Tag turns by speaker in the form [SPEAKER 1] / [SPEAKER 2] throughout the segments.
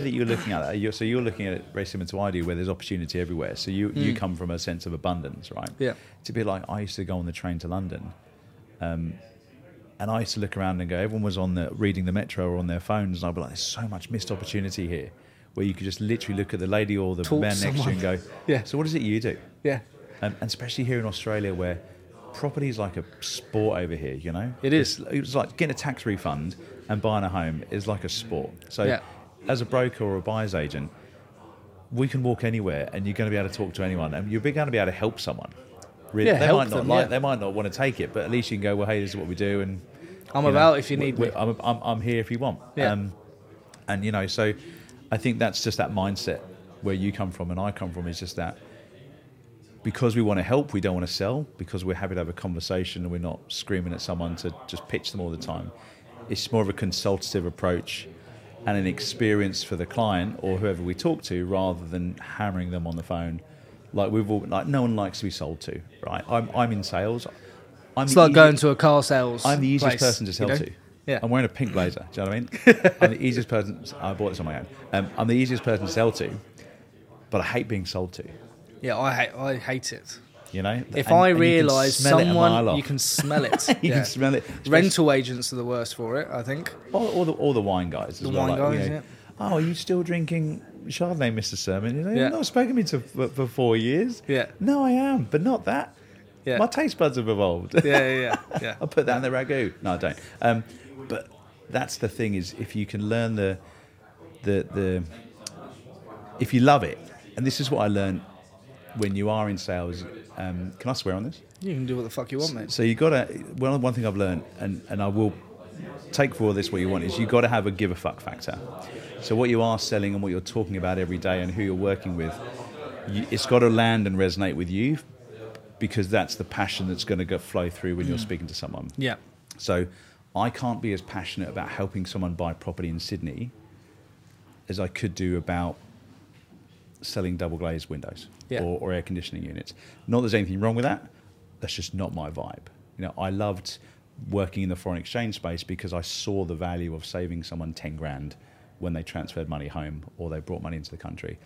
[SPEAKER 1] that you're looking at that. You're, so you're looking at it very similar to I do, where there's opportunity everywhere. So you, you come from a sense of abundance, right?
[SPEAKER 2] Hmm. Yeah.
[SPEAKER 1] To be like, I used to go on the train to London, um, and I used to look around and go, everyone was on the reading the metro or on their phones, and I'd be like, there's so much missed opportunity here, where you could just literally look at the lady or the
[SPEAKER 2] Talk
[SPEAKER 1] man
[SPEAKER 2] to
[SPEAKER 1] next to you and
[SPEAKER 2] someone.
[SPEAKER 1] go,
[SPEAKER 2] Yeah.
[SPEAKER 1] So what is it you do?
[SPEAKER 2] Yeah.
[SPEAKER 1] Um, and especially here in Australia, where property is like a sport over here. You know,
[SPEAKER 2] It is.
[SPEAKER 1] It's, it's like getting a tax refund and buying a home is like a sport. So,
[SPEAKER 2] Yeah.
[SPEAKER 1] as a broker or a buyer's agent, we can walk anywhere, and you're going to be able to talk to anyone, and you're going to be able to help someone. Really,
[SPEAKER 2] Yeah,
[SPEAKER 1] they
[SPEAKER 2] help
[SPEAKER 1] might not
[SPEAKER 2] them,
[SPEAKER 1] like,
[SPEAKER 2] yeah.
[SPEAKER 1] they might not want to take it, but at least you can go. Well, hey, this is what we do, and
[SPEAKER 2] I'm
[SPEAKER 1] know,
[SPEAKER 2] about if you
[SPEAKER 1] we-
[SPEAKER 2] need
[SPEAKER 1] we-
[SPEAKER 2] me.
[SPEAKER 1] I'm, I'm, I'm here if you want. Um,
[SPEAKER 2] Yeah.
[SPEAKER 1] and you know, so I think that's just that mindset where you come from and I come from is just that because we want to help, we don't want to sell. Because we're happy to have a conversation and we're not screaming at someone to just pitch them all the time. It's more of a consultative approach and an experience for the client or whoever we talk to, rather than hammering them on the phone. Like we've all like no one likes to be sold to, right? I'm I'm in sales. I'm
[SPEAKER 2] It's
[SPEAKER 1] the
[SPEAKER 2] like
[SPEAKER 1] easiest-
[SPEAKER 2] going to a car sales.
[SPEAKER 1] I'm the easiest
[SPEAKER 2] place,
[SPEAKER 1] person to sell
[SPEAKER 2] you know?
[SPEAKER 1] to.
[SPEAKER 2] Yeah.
[SPEAKER 1] I'm wearing a pink blazer. Do you know what I mean? I'm the easiest person. I bought this on my own. Um, I'm the easiest person to sell to, but I hate being sold to.
[SPEAKER 2] Yeah, I hate, I hate it.
[SPEAKER 1] You know.
[SPEAKER 2] If
[SPEAKER 1] And- and
[SPEAKER 2] I
[SPEAKER 1] you can
[SPEAKER 2] realise
[SPEAKER 1] smell it a mile
[SPEAKER 2] someone,
[SPEAKER 1] off.
[SPEAKER 2] you can smell it.
[SPEAKER 1] you
[SPEAKER 2] yeah.
[SPEAKER 1] can smell it.
[SPEAKER 2] Rental agents are the worst for it, I think.
[SPEAKER 1] Or, or the or the wine guys. as
[SPEAKER 2] The
[SPEAKER 1] well,
[SPEAKER 2] wine
[SPEAKER 1] like,
[SPEAKER 2] guys,
[SPEAKER 1] you know,
[SPEAKER 2] yeah.
[SPEAKER 1] Oh, are you still drinking Chardonnay, Mister Sermon? You know,
[SPEAKER 2] Yeah.
[SPEAKER 1] You've not spoken to me to, for, for four years.
[SPEAKER 2] Yeah.
[SPEAKER 1] No, I am, but not that.
[SPEAKER 2] Yeah.
[SPEAKER 1] My taste buds have evolved.
[SPEAKER 2] Yeah, yeah, yeah. yeah.
[SPEAKER 1] I'll put that in the ragu. No, I don't. Um, but that's the thing is if you can learn the the the if you love it, and this is what I learned when you are in sales. Um, can I swear on this?
[SPEAKER 2] You can do what the fuck you want, mate.
[SPEAKER 1] So you got to. Well, one thing I've learned, and and I will take for all this what you want is you got to have a give a fuck factor. So what you are selling and what you're talking about every day and who you're working with, you, it's got to land and resonate with you, because that's the passion that's going to go flow through when you're speaking to someone.
[SPEAKER 2] Yeah.
[SPEAKER 1] So I can't be as passionate about helping someone buy property in Sydney as I could do about selling double glazed windows
[SPEAKER 2] Yeah.
[SPEAKER 1] or, or air conditioning units. Not that there's anything wrong with that. That's just not my vibe. You know, I loved working in the foreign exchange space because I saw the value of saving someone 10 grand when they transferred money home or they brought money into the country.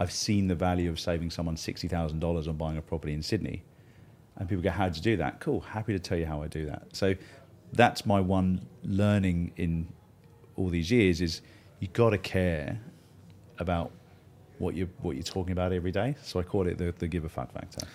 [SPEAKER 1] I've seen the value of saving someone $60,000 on buying a property in Sydney. And people go, How'd you do that? Cool, happy to tell you how I do that. So that's my one learning in all these years is you gotta care about what you're what you're talking about every day. So I call it the, the give a fuck factor.